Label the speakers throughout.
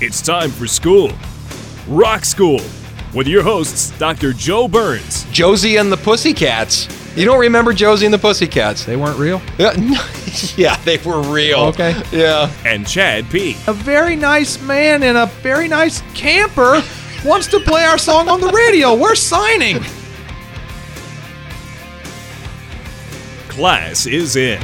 Speaker 1: It's time for school. Rock School with your hosts, Dr. Joe Burns
Speaker 2: Josie and the Pussycats. You don't remember Josie and the Pussycats?
Speaker 3: They weren't real.
Speaker 2: Yeah, no- yeah, they were real.
Speaker 3: Okay.
Speaker 2: Yeah.
Speaker 1: and Chad P.
Speaker 3: A very nice man in a very nice camper wants to play our song on the radio. We're signing.
Speaker 1: Class is in.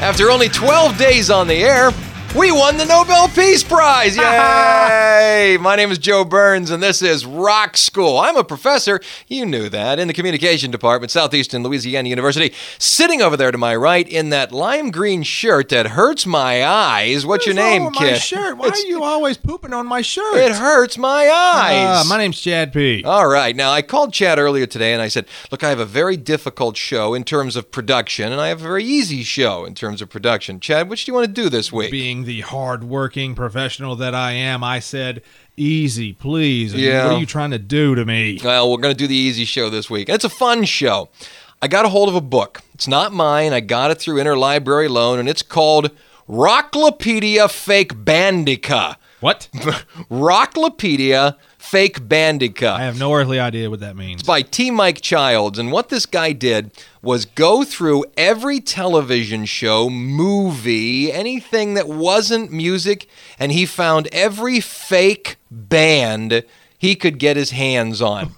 Speaker 2: After only 12 days on the air, we won the Nobel Peace Prize. Yay! My name is Joe Burns, and this is Rock School. I'm a professor, you knew that, in the Communication Department, Southeastern Louisiana University. Sitting over there to my right in that lime green shirt that hurts my eyes. What's your name,
Speaker 3: oh,
Speaker 2: kid?
Speaker 3: My shirt. Why are you always pooping on my shirt?
Speaker 2: It hurts Oh. my eyes.
Speaker 3: Uh, my name's Chad P.
Speaker 2: All right. Now, I called Chad earlier today and I said, Look, I have a very difficult show in terms of production, and I have a very easy show in terms of production. Chad, which do you want to do this week?
Speaker 3: Being the hardworking professional that I am, I said, "Easy, please." I mean,
Speaker 2: Yeah.
Speaker 3: What are you trying to do to me?
Speaker 2: Well, we're going to do the easy show this week. And it's a fun show. I got a hold of a book. It's not mine. I got it through Interlibrary Loan, and it's called Rocklopedia Fake Bandica.
Speaker 3: What?
Speaker 2: Rocklopedia Fake Bandica.
Speaker 3: I have no earthly idea what that means.
Speaker 2: by T. Mike Childs. And what this guy did was go through every television show, movie, anything that wasn't music, and he found every fake band he could get his hands on.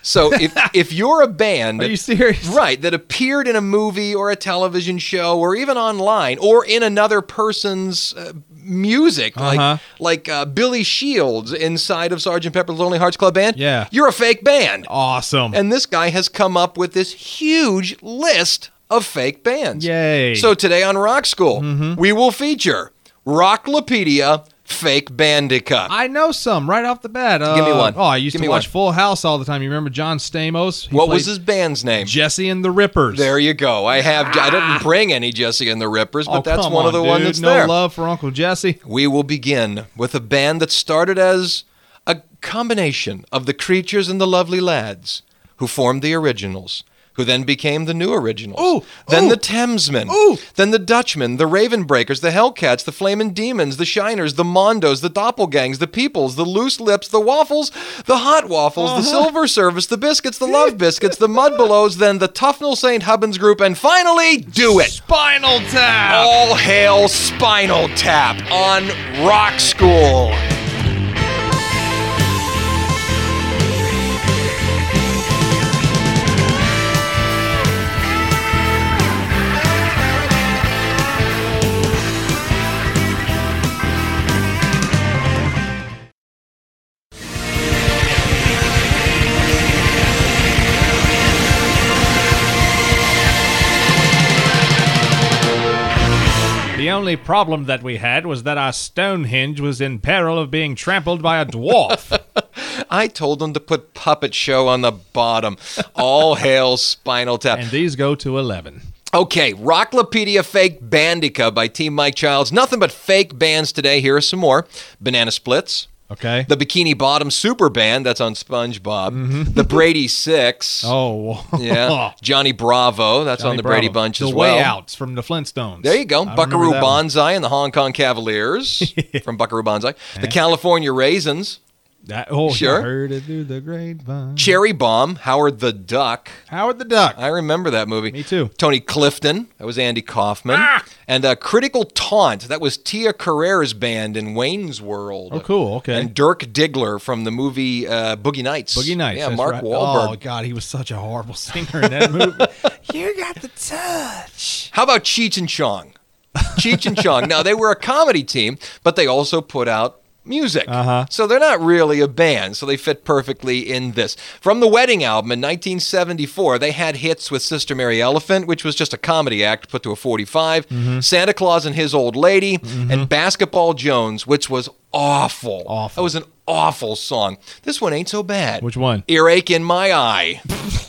Speaker 2: so if, if you're a band.
Speaker 3: Are you serious?
Speaker 2: Right, that appeared in a movie or a television show or even online or in another person's uh, music,
Speaker 3: Uh-huh.
Speaker 2: like like uh, Billy Shields inside of Sgt. Pepper's Lonely Hearts Club Band.
Speaker 3: Yeah.
Speaker 2: you're a fake band.
Speaker 3: Awesome.
Speaker 2: And this guy has come up with this huge list of fake bands.
Speaker 3: Yay. Mm-hmm.
Speaker 2: So today on Rock School, we will feature Rocklopedia Fake Bandica.
Speaker 3: I know some right off the bat. Uh,
Speaker 2: Give me one.
Speaker 3: Oh, I used
Speaker 2: Give
Speaker 3: to
Speaker 2: me
Speaker 3: watch
Speaker 2: one.
Speaker 3: Full House all the time. You remember John Stamos? He
Speaker 2: what was
Speaker 3: played
Speaker 2: his band's name?
Speaker 3: Jesse and the Rippers.
Speaker 2: there you go. I have. I didn't bring any Jesse and the Rippers, but
Speaker 3: Oh,
Speaker 2: that's
Speaker 3: come
Speaker 2: one of
Speaker 3: on,
Speaker 2: the ones
Speaker 3: dude.
Speaker 2: that's
Speaker 3: no
Speaker 2: there.
Speaker 3: love for Uncle Jesse.
Speaker 2: We will begin with a band that started as a combination of the Creatures and the Lovely Lads, who formed the Originals, who then became the New Originals,
Speaker 3: Ooh,
Speaker 2: then
Speaker 3: ooh.
Speaker 2: the Thamesmen,
Speaker 3: Ooh.
Speaker 2: then the Dutchmen, the Raven Breakers, the Hellcats, the Flamin' Demons, the Shiners, the Mondos, the Doppelgangs, the Peoples, the Loose Lips, the Waffles, the Hot Waffles, the
Speaker 3: Uh-huh.
Speaker 2: Silver Service, the Biscuits, the Love Biscuits, the Mud Belows, then the Tufnell St. Hubbins Group, and finally, Do It!
Speaker 3: Spinal Tap.
Speaker 2: All hail Spinal Tap on Rock School.
Speaker 3: The only problem that we had was that our Stonehenge was in peril of being trampled by a dwarf.
Speaker 2: I told them to put puppet show on the bottom. All hail Spinal Tap.
Speaker 3: and these go to 11.
Speaker 2: Okay, Rocklopedia Fake Bandica by Team Mike Childs. Nothing but fake bands today. Here are some more. Banana Splits.
Speaker 3: Okay.
Speaker 2: The Bikini Bottom Super Band, that's on SpongeBob. The Brady Six.
Speaker 3: oh.
Speaker 2: Yeah. Johnny Bravo, that's on
Speaker 3: Johnny
Speaker 2: the Brady
Speaker 3: Bravo.
Speaker 2: Bunch
Speaker 3: the
Speaker 2: as well.
Speaker 3: Way Outs from the Flintstones.
Speaker 2: There you go.
Speaker 3: I remember
Speaker 2: Buckaroo
Speaker 3: that one.
Speaker 2: Banzai and the Hong Kong Cavaliers from Buckaroo Banzai. The California Raisins.
Speaker 3: That, oh,
Speaker 2: Sure.
Speaker 3: I heard it through the grapevine.
Speaker 2: Cherry Bomb, Howard the Duck.
Speaker 3: Howard the Duck.
Speaker 2: I remember that movie.
Speaker 3: Me too. Ah!
Speaker 2: Tony Clifton. That was Andy Kaufman. And uh, Critical Taunt. That was Tia Carrera's band in Wayne's World.
Speaker 3: Oh, cool. Okay.
Speaker 2: And Dirk Diggler from the movie uh, Boogie Nights.
Speaker 3: Boogie Nights.
Speaker 2: Yeah,
Speaker 3: that's
Speaker 2: Mark
Speaker 3: right. Oh
Speaker 2: Wahlberg.
Speaker 3: God, he was such a horrible singer in that movie. you got the touch.
Speaker 2: How about Cheech and Chong? Cheech and Chong. Now, they were a comedy team, but they also put out music. Uh-huh. So they're not really a band, so they fit perfectly in this. From the Wedding album in 1974, they had hits with Sister Mary Elephant, which was just a comedy act put to a 45, Santa Claus and His Old Lady, and Basketball Jones, which was awful.
Speaker 3: Awful.
Speaker 2: That was an awful song. This one ain't so bad.
Speaker 3: Which one?
Speaker 2: Earache in My Eye.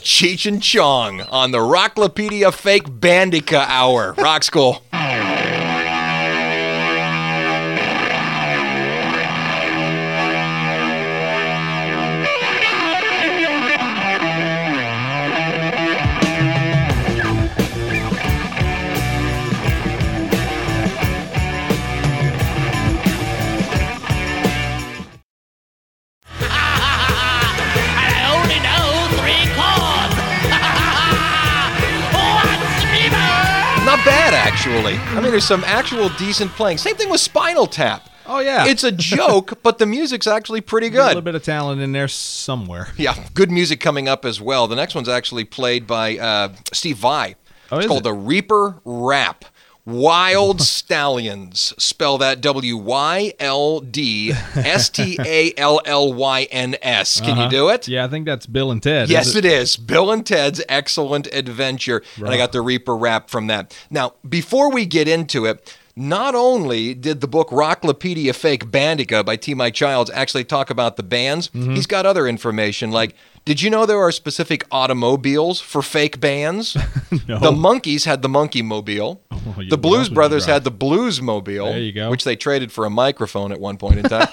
Speaker 2: Cheech and Chong on the Rocklopedia Fake Bandica Hour. Rock School. Not bad, actually. I mean, there's some actual decent playing. Same thing with Spinal Tap.
Speaker 3: Oh, yeah.
Speaker 2: It's a joke, but the music's actually pretty
Speaker 3: A little
Speaker 2: good.
Speaker 3: bit of talent in there somewhere.
Speaker 2: Yeah, good music coming up as well. The next one's actually played by uh, Steve Vai.
Speaker 3: Oh,
Speaker 2: it's
Speaker 3: is
Speaker 2: called
Speaker 3: it?
Speaker 2: The Reaper Rap. Wild Stallions. Spell that W Y L D S T A L L Y N S. Can
Speaker 3: Uh-huh.
Speaker 2: you do it?
Speaker 3: Yeah, I think that's Bill and Ted.
Speaker 2: Yes,
Speaker 3: is
Speaker 2: it is. Bill and Ted's Excellent Adventure. And I got the Reaper rap from that. Now, before we get into it, not only did the book Rocklopedia Fake Bandica by T. Mike Childs actually talk about the bands,
Speaker 3: Mm-hmm.
Speaker 2: he's got other information like did you know there are specific automobiles for fake bands? The Monkeys had the Monkey Mobile.
Speaker 3: Oh, you
Speaker 2: the Blues
Speaker 3: love when you
Speaker 2: Brothers
Speaker 3: drop.
Speaker 2: had the Blues Mobile,
Speaker 3: There you go.
Speaker 2: which they traded for a microphone at one point in time.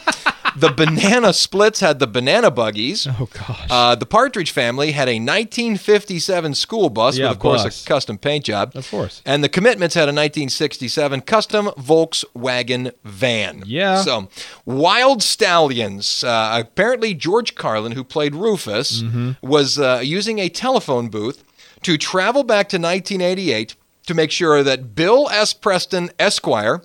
Speaker 2: the Banana Splits had the Banana Buggies.
Speaker 3: Oh gosh.
Speaker 2: Uh, the Partridge Family had a 1957 school bus
Speaker 3: Yeah,
Speaker 2: with, of course,
Speaker 3: bus.
Speaker 2: a custom paint job.
Speaker 3: Of course.
Speaker 2: And the Commitments had a 1967 custom Volkswagen van.
Speaker 3: Yeah.
Speaker 2: So, Wild Stallions. Uh, apparently, George Carlin, who played Rufus,
Speaker 3: Mm-hmm.
Speaker 2: was uh, using a telephone booth to travel back to 1988 to make sure that Bill S. Preston Esquire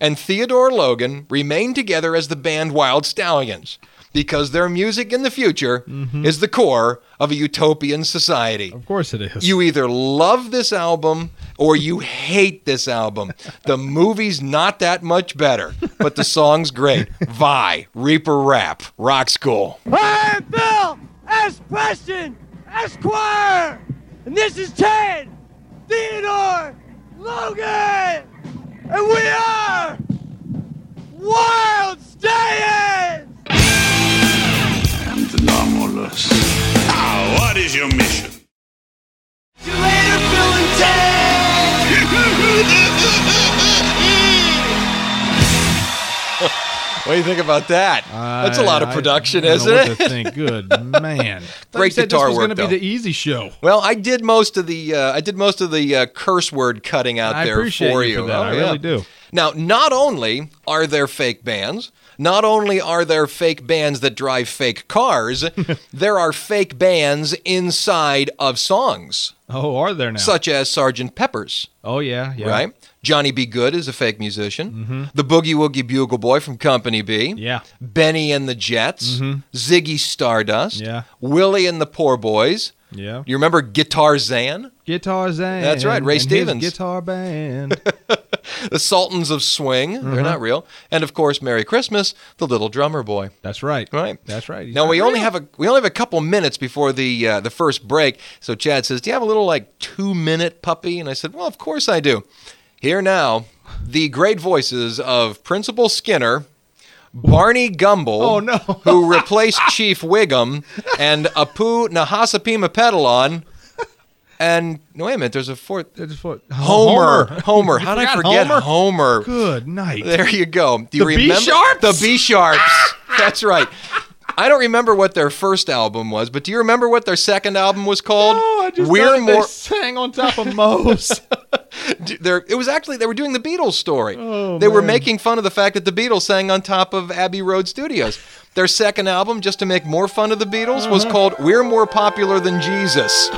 Speaker 2: and Theodore Logan remained together as the band Wild Stallions because their music in the future
Speaker 3: Mm-hmm.
Speaker 2: is the core of a utopian society.
Speaker 3: of course it is.
Speaker 2: You either love this album or you hate this album. The movie's not that much better, but the song's great. Vi, Reaper Rap, Rock School.
Speaker 4: I'm Bill S. Preston Esquire, and this is Ted Theodore Logan, and we are Wild Stallions!
Speaker 5: Now, Ah, what is your mission?
Speaker 4: See you later, Bill and Ted!
Speaker 2: What do you think about that? That's a lot of
Speaker 3: I-
Speaker 2: production,
Speaker 3: I don't know
Speaker 2: isn't
Speaker 3: what
Speaker 2: it?
Speaker 3: to think. Good man. Thought you said
Speaker 2: guitar
Speaker 3: This was
Speaker 2: work,
Speaker 3: gonna
Speaker 2: though.
Speaker 3: be the easy show.
Speaker 2: Well, I did most of the uh, I did most of the uh, curse word cutting out
Speaker 3: I
Speaker 2: there
Speaker 3: appreciate
Speaker 2: for
Speaker 3: you
Speaker 2: you. Oh,
Speaker 3: for that. I really do.
Speaker 2: Now, not only are there fake bands, not only are there fake bands that drive fake cars, there are fake bands inside of songs,
Speaker 3: Oh, are there now?
Speaker 2: such as Sergeant Pepper's.
Speaker 3: oh yeah, yeah.
Speaker 2: Right? Johnny B. Good is a fake musician. The Boogie Woogie Bugle Boy from Company B.
Speaker 3: Yeah. Mm-hmm.
Speaker 2: Benny and the Jets. Ziggy Stardust.
Speaker 3: Yeah.
Speaker 2: Willie and the Poor Boys.
Speaker 3: Yeah.
Speaker 2: You remember Guitar Zan?
Speaker 3: Guitar Zan.
Speaker 2: That's right, Ray
Speaker 3: and his
Speaker 2: Stevens.
Speaker 3: guitar band.
Speaker 2: The Sultans of Swing.
Speaker 3: Mm-hmm.
Speaker 2: They're not real. And of course, Merry Christmas, the Little Drummer Boy.
Speaker 3: That's right.
Speaker 2: Right.
Speaker 3: That's right. He's
Speaker 2: Now
Speaker 3: not
Speaker 2: we only
Speaker 3: real.
Speaker 2: have a we only have a couple minutes before the uh, the first break. So Chad says, "Do you have a little like two minute puppy?" And I said, "Well, of course I do." Here now, the great voices of Principal Skinner, Barney Gumble,
Speaker 3: Oh, no.
Speaker 2: who replaced Chief Wiggum, and Apu Nahasapima Petalon. And no, wait a minute. There's a fourth.
Speaker 3: That's what-
Speaker 2: Homer. Homer. How did I
Speaker 3: Oh, forgot
Speaker 2: forget Homer?
Speaker 3: Homer? Good night.
Speaker 2: There you go. Do you
Speaker 3: The B
Speaker 2: remember
Speaker 3: sharps?
Speaker 2: The B sharps. That's right. I don't remember what their first album was, but do you remember what their second album was called?
Speaker 3: Oh, I just
Speaker 2: We're
Speaker 3: thought
Speaker 2: more
Speaker 3: they sang on top of Moe's.
Speaker 2: d- there it was actually they were doing the Beatles story. they were making fun of the fact that the Beatles sang on top of Abbey Road Studios. Their second album, just to make more fun of the Beatles, was called "We're More Popular Than Jesus."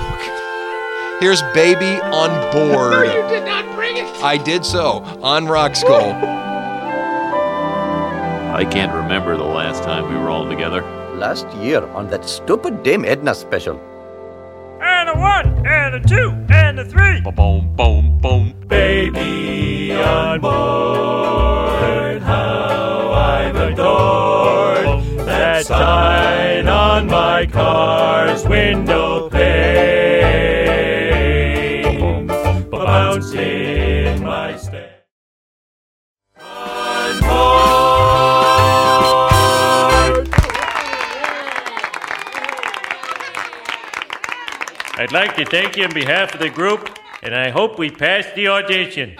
Speaker 2: Here's "Baby on Board." you did not bring it. I did so on Rock School.
Speaker 6: I can't remember the last time we were all together.
Speaker 7: Last year on that stupid Dame Edna special.
Speaker 8: and a one, and a two, and a three.
Speaker 6: Boom, boom, boom.
Speaker 8: Baby on board, how I'm adored. That sign on my car's window pane, bouncing my stay. On board.
Speaker 9: I'd like to thank you on behalf of the group, and I hope we pass the audition.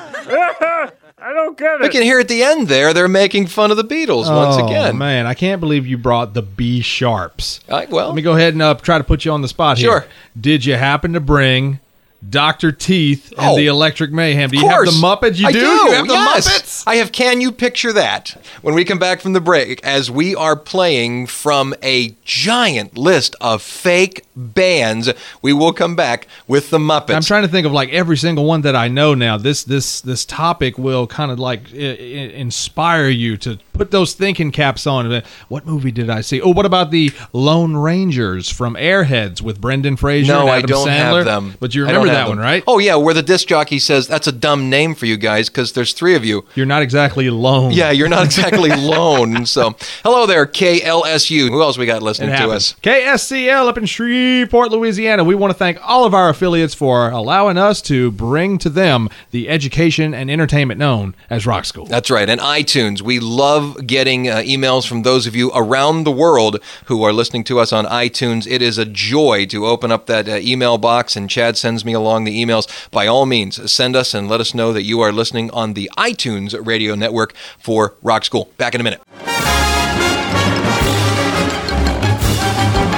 Speaker 9: I don't get
Speaker 2: We
Speaker 9: it.
Speaker 2: can hear at the end there they're making fun of the Beatles once
Speaker 3: oh,
Speaker 2: again.
Speaker 3: man, I can't believe you brought the B sharps.
Speaker 2: All right, well,
Speaker 3: Let me go ahead and uh, try to put you on the spot
Speaker 2: Sure.
Speaker 3: here. Did you happen to bring Doctor Teeth and
Speaker 2: Oh.
Speaker 3: the Electric Mayhem? Do
Speaker 2: Of
Speaker 3: you have the
Speaker 2: course.
Speaker 3: Muppets? You
Speaker 2: I
Speaker 3: do.
Speaker 2: do.
Speaker 3: You have the
Speaker 2: yes. I have Can You Picture That? When we come back from the break, as we are playing from a giant list of fake bands, we will come back with the Muppets.
Speaker 3: I'm trying to think of like every single one that I know now. This this this topic will kind of like I- I- inspire you to put those thinking caps on. What movie did I see? Oh, what about the Lone Rangers from Airheads with Brendan Fraser?
Speaker 2: no,
Speaker 3: and
Speaker 2: I
Speaker 3: Adam
Speaker 2: don't
Speaker 3: Sandler?
Speaker 2: have them.
Speaker 3: But you
Speaker 2: I don't
Speaker 3: remember
Speaker 2: have
Speaker 3: that one,
Speaker 2: them.
Speaker 3: right?
Speaker 2: Oh yeah, where the disc jockey says that's a dumb name for you guys because there's three of you.
Speaker 3: You're not exactly lone.
Speaker 2: Yeah, you're not exactly lone. So, hello there, KLSU. Who else we got listening to us?
Speaker 3: KSCL up in Shreveport, Louisiana. We want to thank all of our affiliates for allowing us to bring to them the education and entertainment known as Rock School.
Speaker 2: That's right. And iTunes. We love getting uh, emails from those of you around the world who are listening to us on iTunes. It is a joy to open up that uh, email box, and Chad sends me along the emails. By all means, send us and let us know that you are listening on the iTunes radio network for Rock School. Back in a minute.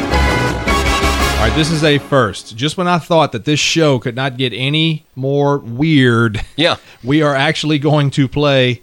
Speaker 3: All right, this is a first. Just when I thought that this show could not get any more weird,
Speaker 2: Yeah.
Speaker 3: we are actually going to play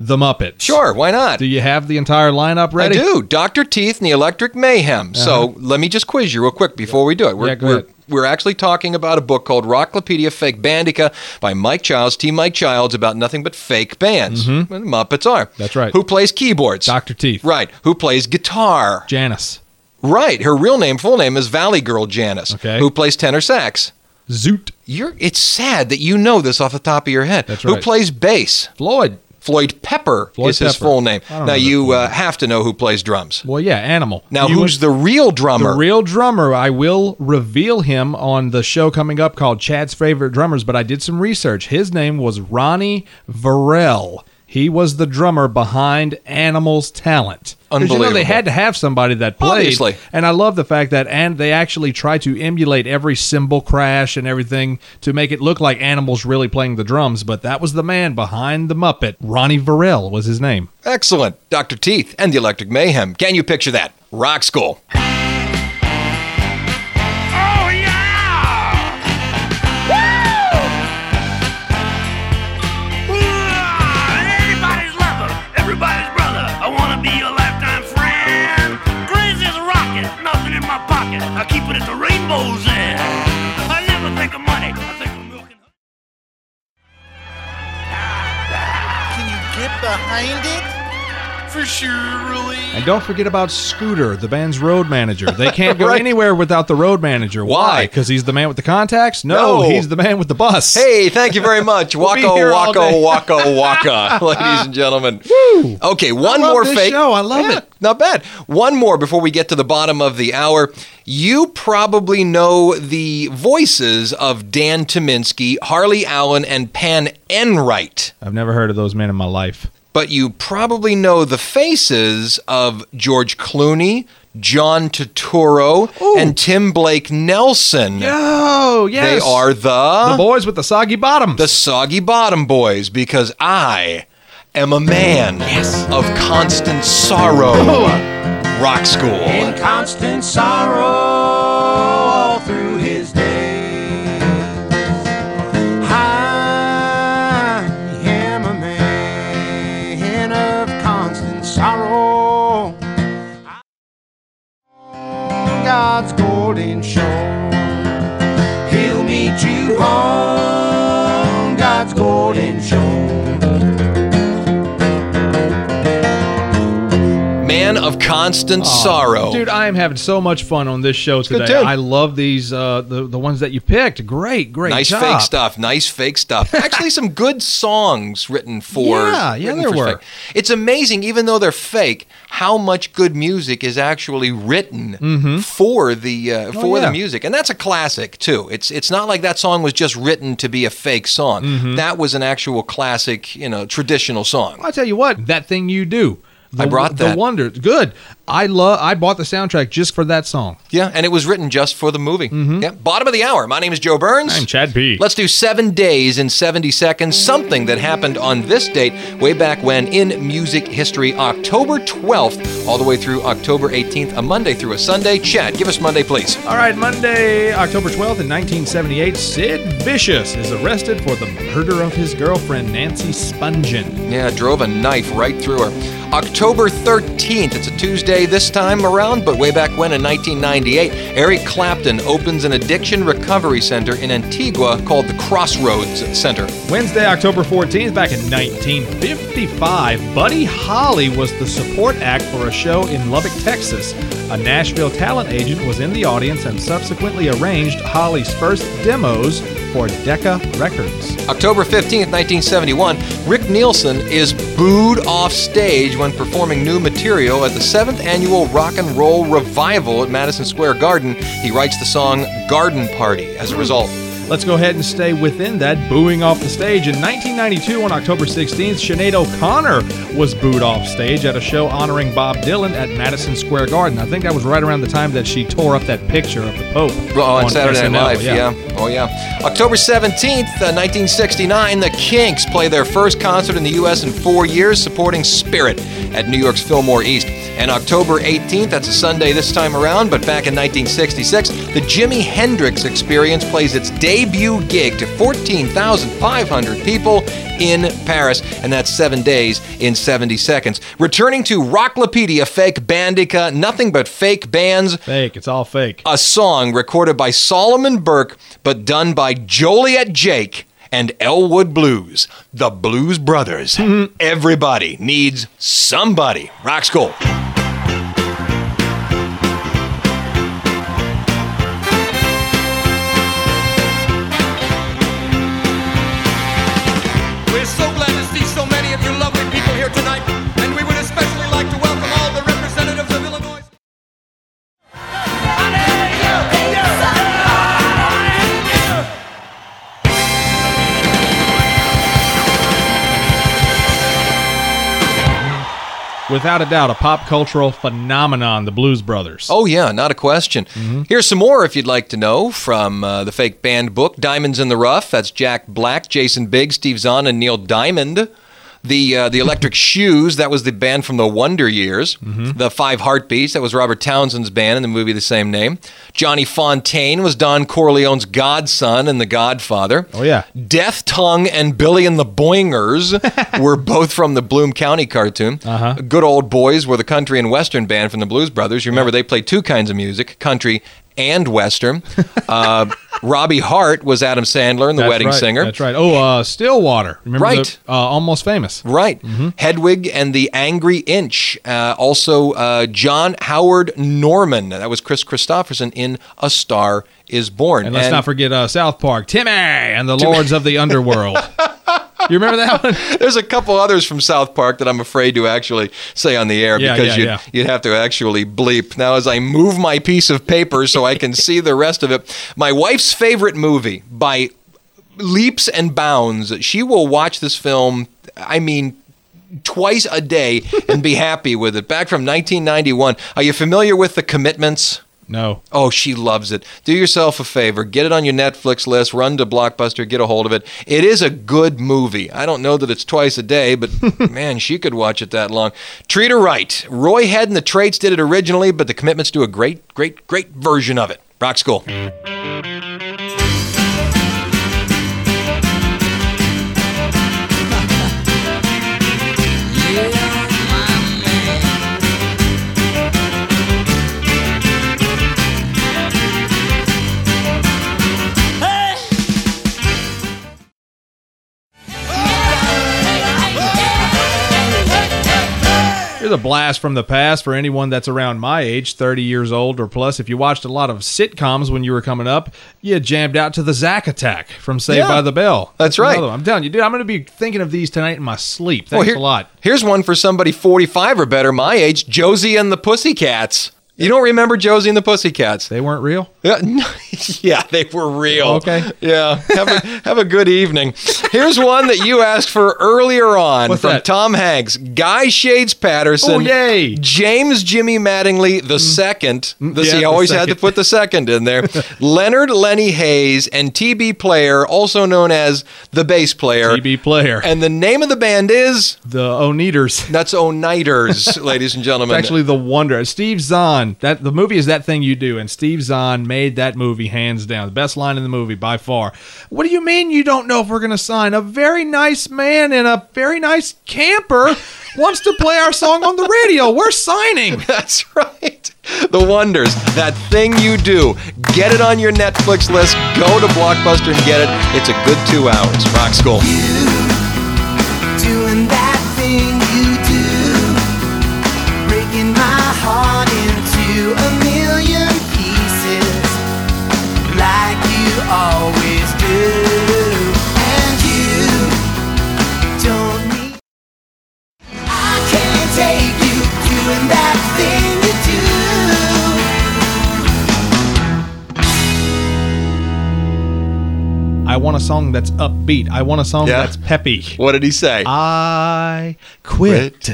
Speaker 3: The Muppets.
Speaker 2: Sure. Why not?
Speaker 3: Do you have the entire lineup
Speaker 2: I
Speaker 3: ready? Uh-huh.
Speaker 2: do. Dr. Teeth and the Electric Mayhem. So let me just quiz you real quick before we do it. We're,
Speaker 3: Yeah, go
Speaker 2: we're,
Speaker 3: ahead.
Speaker 2: we're actually talking about a book called Rocklopedia Fake Bandica by Mike Childs, T. Mike Childs, about nothing but fake bands. Well, the Muppets are.
Speaker 3: Mm-hmm. That's right.
Speaker 2: Who plays keyboards?
Speaker 3: Dr. Teeth.
Speaker 2: Right. Who plays guitar?
Speaker 3: Janice.
Speaker 2: right. Her real name, full name is Valley Girl Janice.
Speaker 3: Okay.
Speaker 2: Who plays tenor sax?
Speaker 3: Zoot.
Speaker 2: You're, it's sad that you know this off the top of your head.
Speaker 3: That's
Speaker 2: Who
Speaker 3: right.
Speaker 2: plays bass?
Speaker 3: Floyd.
Speaker 2: Floyd Pepper
Speaker 3: Floyd
Speaker 2: is his
Speaker 3: Pepper.
Speaker 2: full name.
Speaker 3: I
Speaker 2: Now
Speaker 3: don't know that
Speaker 2: you uh, have to know who plays drums.
Speaker 3: Well, yeah, Animal.
Speaker 2: Now,
Speaker 3: You
Speaker 2: who's
Speaker 3: went-
Speaker 2: the real drummer?
Speaker 3: The real drummer, I will reveal him on the show coming up called Chad's Favorite Drummers, but I did some research. His name was Ronnie Varell. He was the drummer behind Animal's Talent. 'Cause You know,
Speaker 2: Unbelievable.
Speaker 3: they had to have somebody that played.
Speaker 2: Obviously.
Speaker 3: And I love the fact that and they actually try to emulate every cymbal crash and everything to make it look like Animal's really playing the drums, but that was the man behind the Muppet. Ronnie Varell was his name.
Speaker 2: Excellent. Dr. Teeth and the Electric Mayhem. Can you picture that? Rock School.
Speaker 4: Oh yeah! Woo! Ooh, anybody's lover, everybody's brother. I wanna be your lifetime friend. Crazy as a rocket, nothing in my pocket. I keep it at the rainbow's end. I never think of money. I think of milk and Can you get behind it? For sure, really.
Speaker 3: And don't forget about Scooter, the band's road manager. They can't go anywhere without the road manager.
Speaker 2: Why?
Speaker 3: Because he's the man with the contacts? No,
Speaker 2: No.
Speaker 3: he's the man with the bus.
Speaker 2: Hey, thank you very much.
Speaker 3: be
Speaker 2: Waka,
Speaker 3: here all
Speaker 2: waka,
Speaker 3: day.
Speaker 2: waka, waka, ladies and gentlemen. Woo! Okay, one
Speaker 3: love
Speaker 2: more
Speaker 3: this
Speaker 2: fake.
Speaker 3: show. I love
Speaker 2: Yeah,
Speaker 3: it.
Speaker 2: Not bad. One more before we get to the bottom of the hour. You probably know the voices of Dan Tominski, Harley Allen, and Pan Enright.
Speaker 3: I've never heard of those men in my life.
Speaker 2: but you probably know the faces of George Clooney, John Turturro, and Tim Blake Nelson.
Speaker 3: Oh,
Speaker 2: They are the
Speaker 3: the boys with the soggy bottoms.
Speaker 2: the Soggy Bottom Boys because I am a man of constant sorrow. Rock School.
Speaker 4: constant sorrow.
Speaker 2: of constant sorrow.
Speaker 3: Dude, I am having so much fun on this show
Speaker 2: good
Speaker 3: today.
Speaker 2: too.
Speaker 3: I love these uh, the the ones that you picked. Great, great,
Speaker 2: nice
Speaker 3: job.
Speaker 2: fake stuff. Nice fake stuff. Actually, some good songs written for.
Speaker 3: Yeah, yeah,
Speaker 2: written
Speaker 3: there
Speaker 2: for
Speaker 3: were.
Speaker 2: fake. It's amazing, even though they're fake, how much good music is actually written for the uh,
Speaker 3: Mm-hmm. Oh,
Speaker 2: for
Speaker 3: yeah.
Speaker 2: the music, and that's a classic too. It's it's not like that song was just written to be a fake song.
Speaker 3: Mm-hmm.
Speaker 2: That was an actual classic, you know, traditional song.
Speaker 3: I tell you what, that thing you do. The,
Speaker 2: I brought
Speaker 3: the
Speaker 2: that.
Speaker 3: wonder. Good. I love. I bought the soundtrack just for that song.
Speaker 2: Yeah, and it was written just for the movie.
Speaker 3: Mm-hmm.
Speaker 2: Yeah, bottom of the hour. My name is Joe Burns.
Speaker 3: I'm Chad P.
Speaker 2: Let's do seven days in 70 seconds, something that happened on this date way back when in music history, October 12th, all the way through October 18th, a Monday through a Sunday. Chad, give us Monday, please.
Speaker 3: All right, Monday, October 12th, in 1978, Sid Vicious is arrested for the murder of his girlfriend, Nancy Spungen.
Speaker 2: Yeah, drove a knife right through her. October 13th, it's a Tuesday this time around, but way back when in 1998, Eric Clapton opens an addiction recovery center in Antigua called the Crossroads Center.
Speaker 3: Wednesday, October 14th, back in 1955, Buddy Holly was the support act for a show in Lubbock, Texas. A Nashville talent agent was in the audience and subsequently arranged Holly's first demos for Decca Records.
Speaker 2: October 15th, 1971, Rick Nielsen is booed off stage when performing new material at the 7th annual Rock and Roll Revival at Madison Square Garden. He writes the song Garden Party as a result.
Speaker 3: Let's go ahead and stay within that booing off the stage. In 1992, on October 16th, Sinead O'Connor was booed off stage at a show honoring Bob Dylan at Madison Square Garden. I think that was right around the time that she tore up that picture of the Pope.
Speaker 2: Oh, on, Saturday
Speaker 3: SNL,
Speaker 2: Night Live, yeah. Oh, yeah. October 17th, uh, 1969, the Kinks play their first concert in the U.S. in four years, supporting Spirit at New York's Fillmore East. And October 18th, that's a Sunday this time around, but back in 1966, the Jimi Hendrix Experience plays its debut gig to 14,500 people in Paris, and that's seven days in 70 seconds. Returning to Rocklopedia, fake Bandica, nothing but fake bands
Speaker 3: Fake. It's all fake.
Speaker 2: a song recorded by Solomon Burke but done by Joliet Jake and Elwood Blues, the Blues Brothers. Everybody needs somebody. Rock school.
Speaker 10: We're so glad to see so many of you lovely people here tonight, and we would especially like to welcome all the representatives of Illinois.
Speaker 3: Without a doubt, a pop cultural phenomenon, the Blues Brothers.
Speaker 2: Oh, yeah, not a question.
Speaker 3: Mm-hmm.
Speaker 2: Here's some more if you'd like to know from uh, the fake band book Diamonds in the Rough. That's Jack Black, Jason Biggs, Steve Zahn, and Neil Diamond. The, uh, the Electric Shoes, that was the band from the Wonder Years.
Speaker 3: Mm-hmm.
Speaker 2: The Five Heartbeats, that was Robert Townsend's band in the movie the same name. Johnny Fontaine was Don Corleone's godson and the godfather.
Speaker 3: Oh, yeah.
Speaker 2: Death Tongue and Billy and the Boingers were both from the Bloom County cartoon. Uh-huh. Good Old Boys were the country and western band from the Blues Brothers. You remember they played two kinds of music, country and western. Uh, Robbie Hart was Adam Sandler and the
Speaker 3: That's
Speaker 2: Wedding
Speaker 3: right,
Speaker 2: Singer.
Speaker 3: That's right. Oh, uh, Stillwater. Remember
Speaker 2: Right.
Speaker 3: the, uh, almost famous.
Speaker 2: Right.
Speaker 3: Mm-hmm.
Speaker 2: Hedwig and the Angry Inch. Uh, also, uh, John Howard Norman. That was Chris Christopherson in A Star Is Born.
Speaker 3: And let's
Speaker 2: And-
Speaker 3: not forget uh, South Park, Timmy and the Lords of the Underworld. You remember that one?
Speaker 2: There's a couple others from South Park that I'm afraid to actually say on the air
Speaker 3: Yeah,
Speaker 2: because
Speaker 3: yeah,
Speaker 2: you'd,
Speaker 3: yeah.
Speaker 2: you'd have to actually bleep. Now, as I move my piece of paper so I can see the rest of it, my wife's favorite movie by leaps and bounds, she will watch this film, I mean, twice a day and be happy with it. Back from 1991. Are you familiar with The Commitments?
Speaker 3: No.
Speaker 2: Oh, she loves it. Do yourself a favor. Get it on your Netflix list. Run to Blockbuster. Get a hold of it. It is a good movie. I don't know that it's twice a day, but man, she could watch it that long. Treat her right. Roy Head and the Traits did it originally, but the commitments do a great, great, great version of it. Rock School.
Speaker 3: Mm, Here's It's a blast from the past for anyone that's around my age, 30 years old or plus. If you watched a lot of sitcoms when you were coming up, you jammed out to the Zack Attack from Saved
Speaker 2: Yeah.
Speaker 3: by the Bell.
Speaker 2: That's right.
Speaker 3: another one. I'm telling you, dude, I'm going to be thinking of these tonight in my sleep. Thanks
Speaker 2: here-
Speaker 3: a lot.
Speaker 2: Here's one for somebody 45 or better my age Josie and the Pussycats. You don't remember Josie and the Pussycats?
Speaker 3: They weren't real?
Speaker 2: Yeah, no- yeah, they were real.
Speaker 3: Okay.
Speaker 2: Yeah. Have a, have a good evening. Here's one that you asked for earlier on
Speaker 3: What's
Speaker 2: from
Speaker 3: that?
Speaker 2: Tom Hanks Guy Shades Patterson.
Speaker 3: Oh, yay. Mm.
Speaker 2: James Jimmy Mattingly the second. This,
Speaker 3: yeah,
Speaker 2: he
Speaker 3: the
Speaker 2: always had to
Speaker 3: second.
Speaker 2: put the second in there. Leonard Lenny Hayes and TB Player, also known as the bass player.
Speaker 3: TB Player.
Speaker 2: And the name of the band is
Speaker 3: The Oneaters.
Speaker 2: That's Onighters, ladies and
Speaker 3: It's
Speaker 2: gentlemen.
Speaker 3: actually the wonder. Steve Zahn. That the movie is that thing you do, and Steve Zahn made that movie hands down. The best line in the movie by far. What do you mean you don't know if we're gonna sign? A very nice man and a very nice camper wants to play our song on the radio. We're signing.
Speaker 2: That's right. The Wonders, that thing you do. Get it on your Netflix list. Go to Blockbuster and get it. It's a good two hours. Rock School.
Speaker 11: doing that thing you do, breaking my heart into a million pieces, like you always do. And you don't need. I can't take you doing that thing you do.
Speaker 3: I want a song that's upbeat. I want a song that's peppy.
Speaker 2: What did he say?
Speaker 3: I quit.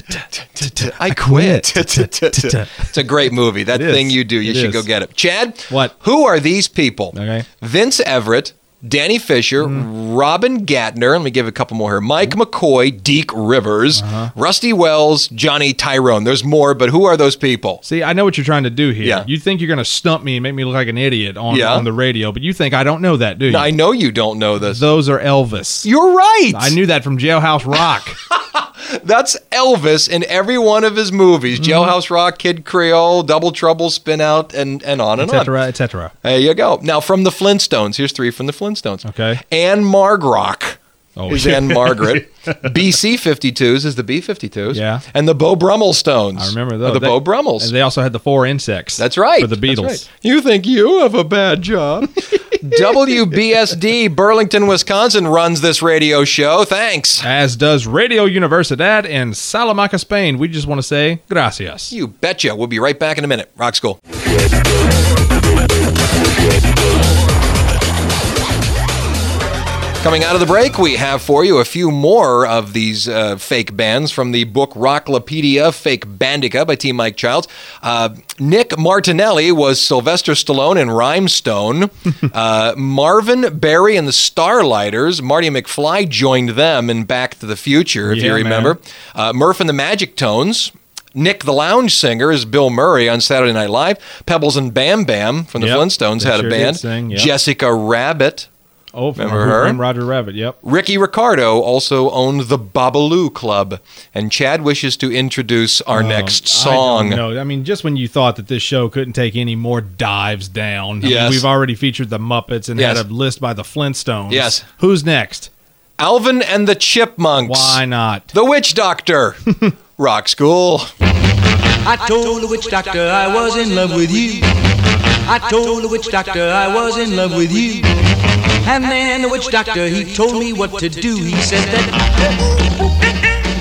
Speaker 2: I quit. It's a great movie. That thing you do. You
Speaker 3: It
Speaker 2: should
Speaker 3: is.
Speaker 2: go get it. Chad?
Speaker 3: What?
Speaker 2: Who are these people?
Speaker 3: Okay.
Speaker 2: Vince Everett, Danny Fisher, Robin Gatner. Let me give a couple more here. Mike McCoy, Deke Rivers, Rusty Wells, Johnny Tyrone. There's more, but who are those people?
Speaker 3: See, I know what you're trying to do here.
Speaker 2: Yeah.
Speaker 3: You think you're going to stump me and make me look like an idiot on,
Speaker 2: Yeah.
Speaker 3: on the radio, but you think I don't know that, do you?
Speaker 2: Now, I know you don't know this.
Speaker 3: Those are Elvis.
Speaker 2: You're right.
Speaker 3: I knew that from Jailhouse Rock.
Speaker 2: That's Elvis in every one of his movies:
Speaker 3: Mm-hmm.
Speaker 2: Jailhouse Rock, Kid Creole, Double Trouble, Spin Out, and and on and on.
Speaker 3: etc., etc.
Speaker 2: There you go. Now from the Flintstones, here's three from the Flintstones.
Speaker 3: Okay.
Speaker 2: Anne Margrock
Speaker 3: Oh,
Speaker 2: is
Speaker 3: yeah.
Speaker 2: Anne Margaret. BC 52s is the B 52s.
Speaker 3: Yeah.
Speaker 2: And the Bo Brummel Stones.
Speaker 3: I remember
Speaker 2: are
Speaker 3: those.
Speaker 2: The
Speaker 3: They-
Speaker 2: Bo Brummels.
Speaker 3: And they also had the four insects.
Speaker 2: That's right.
Speaker 3: For the
Speaker 2: That's
Speaker 3: Beatles.
Speaker 2: right. You think you have a bad job? WBSD Burlington, Wisconsin runs this radio show. Thanks.
Speaker 3: As does Radio Universidad in Salamanca, Spain. We just want to say gracias.
Speaker 2: You betcha. We'll be right back in a minute. Rock School. Coming out of the break, we have for you a few more of these uh, fake bands from the book Rocklopedia Fake Bandica by T. Mike Childs. Uh, Nick Martinelli was Sylvester Stallone in Rhymestone. uh, Marvin Berry and the Starlighters. Marty McFly joined them in Back to the Future, if
Speaker 3: Yeah,
Speaker 2: you
Speaker 3: man.
Speaker 2: remember. Uh, Murph and the Magic Tones. Nick the Lounge Singer is Bill Murray on Saturday Night Live. Pebbles and Bam Bam from the
Speaker 3: Yep,
Speaker 2: Flintstones
Speaker 3: they
Speaker 2: had a
Speaker 3: sure did
Speaker 2: band.
Speaker 3: sing, yep.
Speaker 2: Jessica Rabbit.
Speaker 3: Oh, from
Speaker 2: Remember
Speaker 3: Who
Speaker 2: her?
Speaker 3: Framed Roger Rabbit. Yep.
Speaker 2: Ricky Ricardo also owned the Babalu Club, and Chad wishes to introduce our
Speaker 3: Um,
Speaker 2: next song.
Speaker 3: No, I mean, just when you thought that this show couldn't take any more dives down. I mean,
Speaker 2: Yes.
Speaker 3: we've already featured the Muppets and
Speaker 2: Yes.
Speaker 3: had a list by the Flintstones.
Speaker 2: Yes.
Speaker 3: Who's next?
Speaker 2: Alvin and the Chipmunks.
Speaker 3: Why not?
Speaker 2: The Witch Doctor. Rock School.
Speaker 12: I told the witch doctor I was in love with you. I told the witch doctor I was in love with you. And then the witch doctor he told me what to do. He said that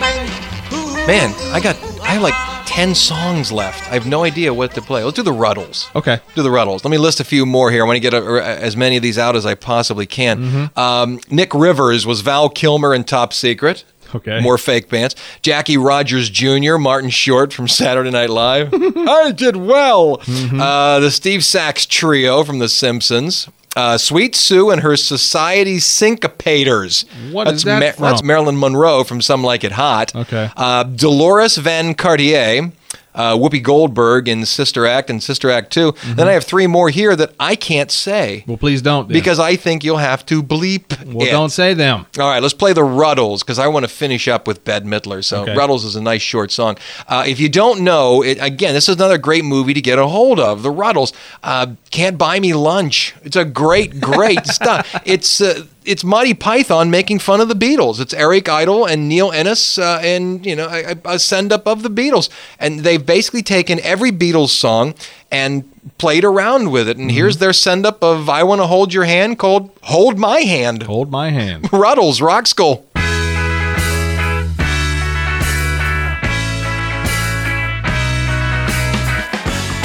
Speaker 2: Man, I got I have like ten songs left. I have no idea what to play. Let's do the Ruddles.
Speaker 3: Okay.
Speaker 2: Do the Ruddles. Let me list a few more here. I want to get a, or, uh, as many of these out as I possibly can.
Speaker 3: Mm-hmm.
Speaker 2: Um, Nick Rivers was Val Kilmer in Top Secret.
Speaker 3: Okay.
Speaker 2: More fake bands. Jackie Rogers Jr., Martin Short from Saturday Night Live. I did well.
Speaker 3: Mm-hmm.
Speaker 2: Uh, the Steve Sachs Trio from The Simpsons. Uh, Sweet Sue and her Society Syncopators.
Speaker 3: What
Speaker 2: that's
Speaker 3: is that from?
Speaker 2: That's Marilyn Monroe from Some Like It Hot.
Speaker 3: Okay.
Speaker 2: Uh, Dolores Van Cartier, uh, Whoopi Goldberg in Sister Act and Sister Act 2.
Speaker 3: Mm-hmm.
Speaker 2: Then I have three more here that I can't say
Speaker 3: Well, please don't. then.
Speaker 2: because I think you'll have to bleep.
Speaker 3: well,
Speaker 2: it.
Speaker 3: don't say them.
Speaker 2: All right, let's play the Ruddles because I want to finish up with Bette Midler. So
Speaker 3: Okay.
Speaker 2: Ruddles is a nice short song. Uh, if you don't know, it, again, this is another great movie to get a hold of. The Ruddles. Uh, can't buy me lunch. It's a great, great stuff. It's uh, it's Monty Python making fun of the Beatles. It's Eric Idle and Neil Ennis uh, and you know a, a send up of the Beatles, and they've basically taken every Beatles song and played around with it. And here's their send up of "I Want to Hold Your Hand" called "Hold My Hand."
Speaker 3: Hold my hand.
Speaker 2: Ruddles, Rock School.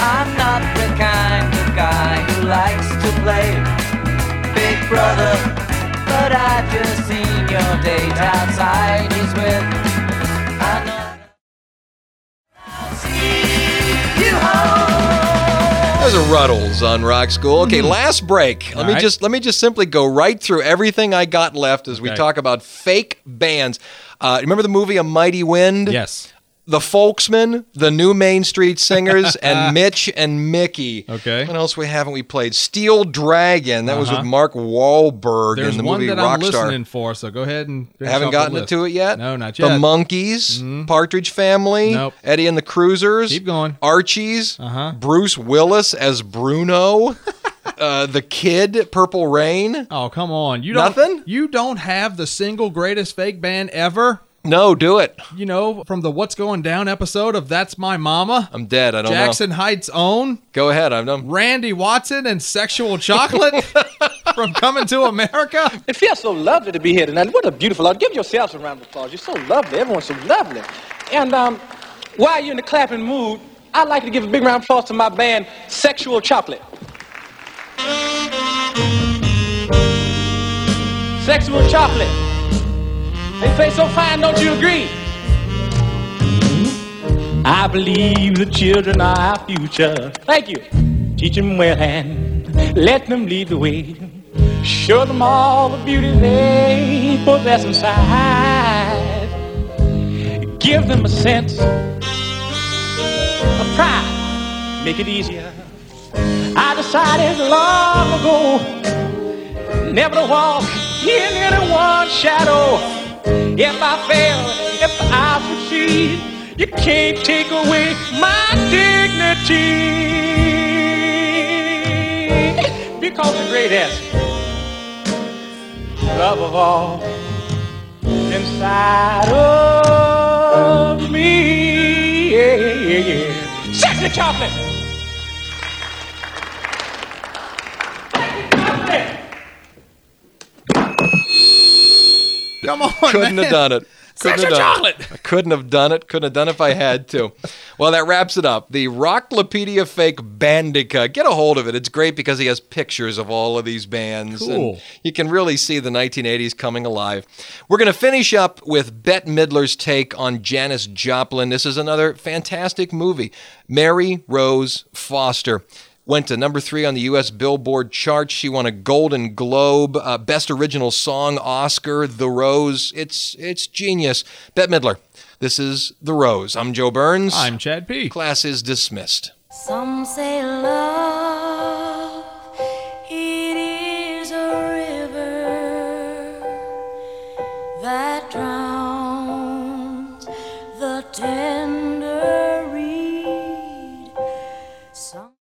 Speaker 13: I'm not the kind of guy who likes to play Big Brother, but I've just seen your date outside. He's with
Speaker 2: There's a Ruddles on Rock School. Okay,
Speaker 13: Mhm.
Speaker 2: last break. Let
Speaker 13: All
Speaker 2: me
Speaker 13: right.
Speaker 2: just let me just simply go right through everything I got left as we talk about fake bands. Uh, remember the movie A Mighty Wind?
Speaker 3: Yes.
Speaker 2: The Folksmen, the new Main Street Singers, and Mitch and Mickey. Okay. What else we haven't we played? Steel Dragon. That was
Speaker 3: Uh-huh.
Speaker 2: with Mark Wahlberg
Speaker 3: There's
Speaker 2: in the
Speaker 3: one
Speaker 2: movie
Speaker 3: that I'm
Speaker 2: Rockstar.
Speaker 3: listening for, so go ahead and finish
Speaker 2: Haven't
Speaker 3: off the
Speaker 2: gotten
Speaker 3: list.
Speaker 2: to it yet.
Speaker 3: No, not
Speaker 2: The
Speaker 3: yet. Mm-hmm.
Speaker 2: Monkeys, Partridge Family,
Speaker 3: Nope.
Speaker 2: Eddie and the Cruisers. Keep going. Archie's, uh-huh. Bruce Willis as Bruno, uh, the Kid, Purple Rain.
Speaker 3: Oh come on, you don't,
Speaker 2: nothing.
Speaker 3: You don't have the single greatest fake band ever.
Speaker 2: No, do it.
Speaker 3: You know from the "What's Going Down" episode of "That's My Mama."
Speaker 2: I'm dead. I don't
Speaker 3: Jackson Heights' own
Speaker 2: know. Go ahead. I'm done.
Speaker 3: Randy Watson and "Sexual Chocolate" from "Coming to America."
Speaker 14: It feels so lovely to be here tonight. What a beautiful audience. Give yourselves a round of applause. You're so lovely. Everyone's so lovely. And um, while you're in the clapping mood, I'd like to give a big round of applause to my band, Sexual Chocolate. Sexual Chocolate. They play so fine, don't you agree?
Speaker 8: I believe the children are our future.
Speaker 14: Thank you.
Speaker 8: Teach them well and let them lead the way. Show them all the beauty they possess inside. Give them a sense of pride. Make it easier. I decided long ago never to walk in anyone's shadow. If I fail, if I succeed, you can't take away my dignity. Because the greatest love of all inside of me. Yeah, yeah, yeah. Sexy chocolate!
Speaker 3: Come on,
Speaker 2: Couldn't
Speaker 3: man.
Speaker 2: have done it. Couldn't
Speaker 3: Sexual
Speaker 2: have done
Speaker 3: chocolate.
Speaker 2: It. I couldn't have done it. Couldn't have done it if I had to. well, that wraps it up. The Rocklopedia Fake Bandica. Get a hold of it. It's great because he has pictures of all of these bands. and
Speaker 15: Cool.
Speaker 2: you can really see the 1980s coming alive. We're going to finish up with Bette Midler's take on Janis Joplin. This is another fantastic movie. Mary Rose Foster went to number three on the U.S. Billboard chart. She won a Golden Globe, uh, Best Original Song Oscar, The Rose. It's it's genius. Bette Midler. This is The Rose. I'm Joe Burns. I'm
Speaker 3: Chad P.
Speaker 2: Class is dismissed.
Speaker 16: Some say love.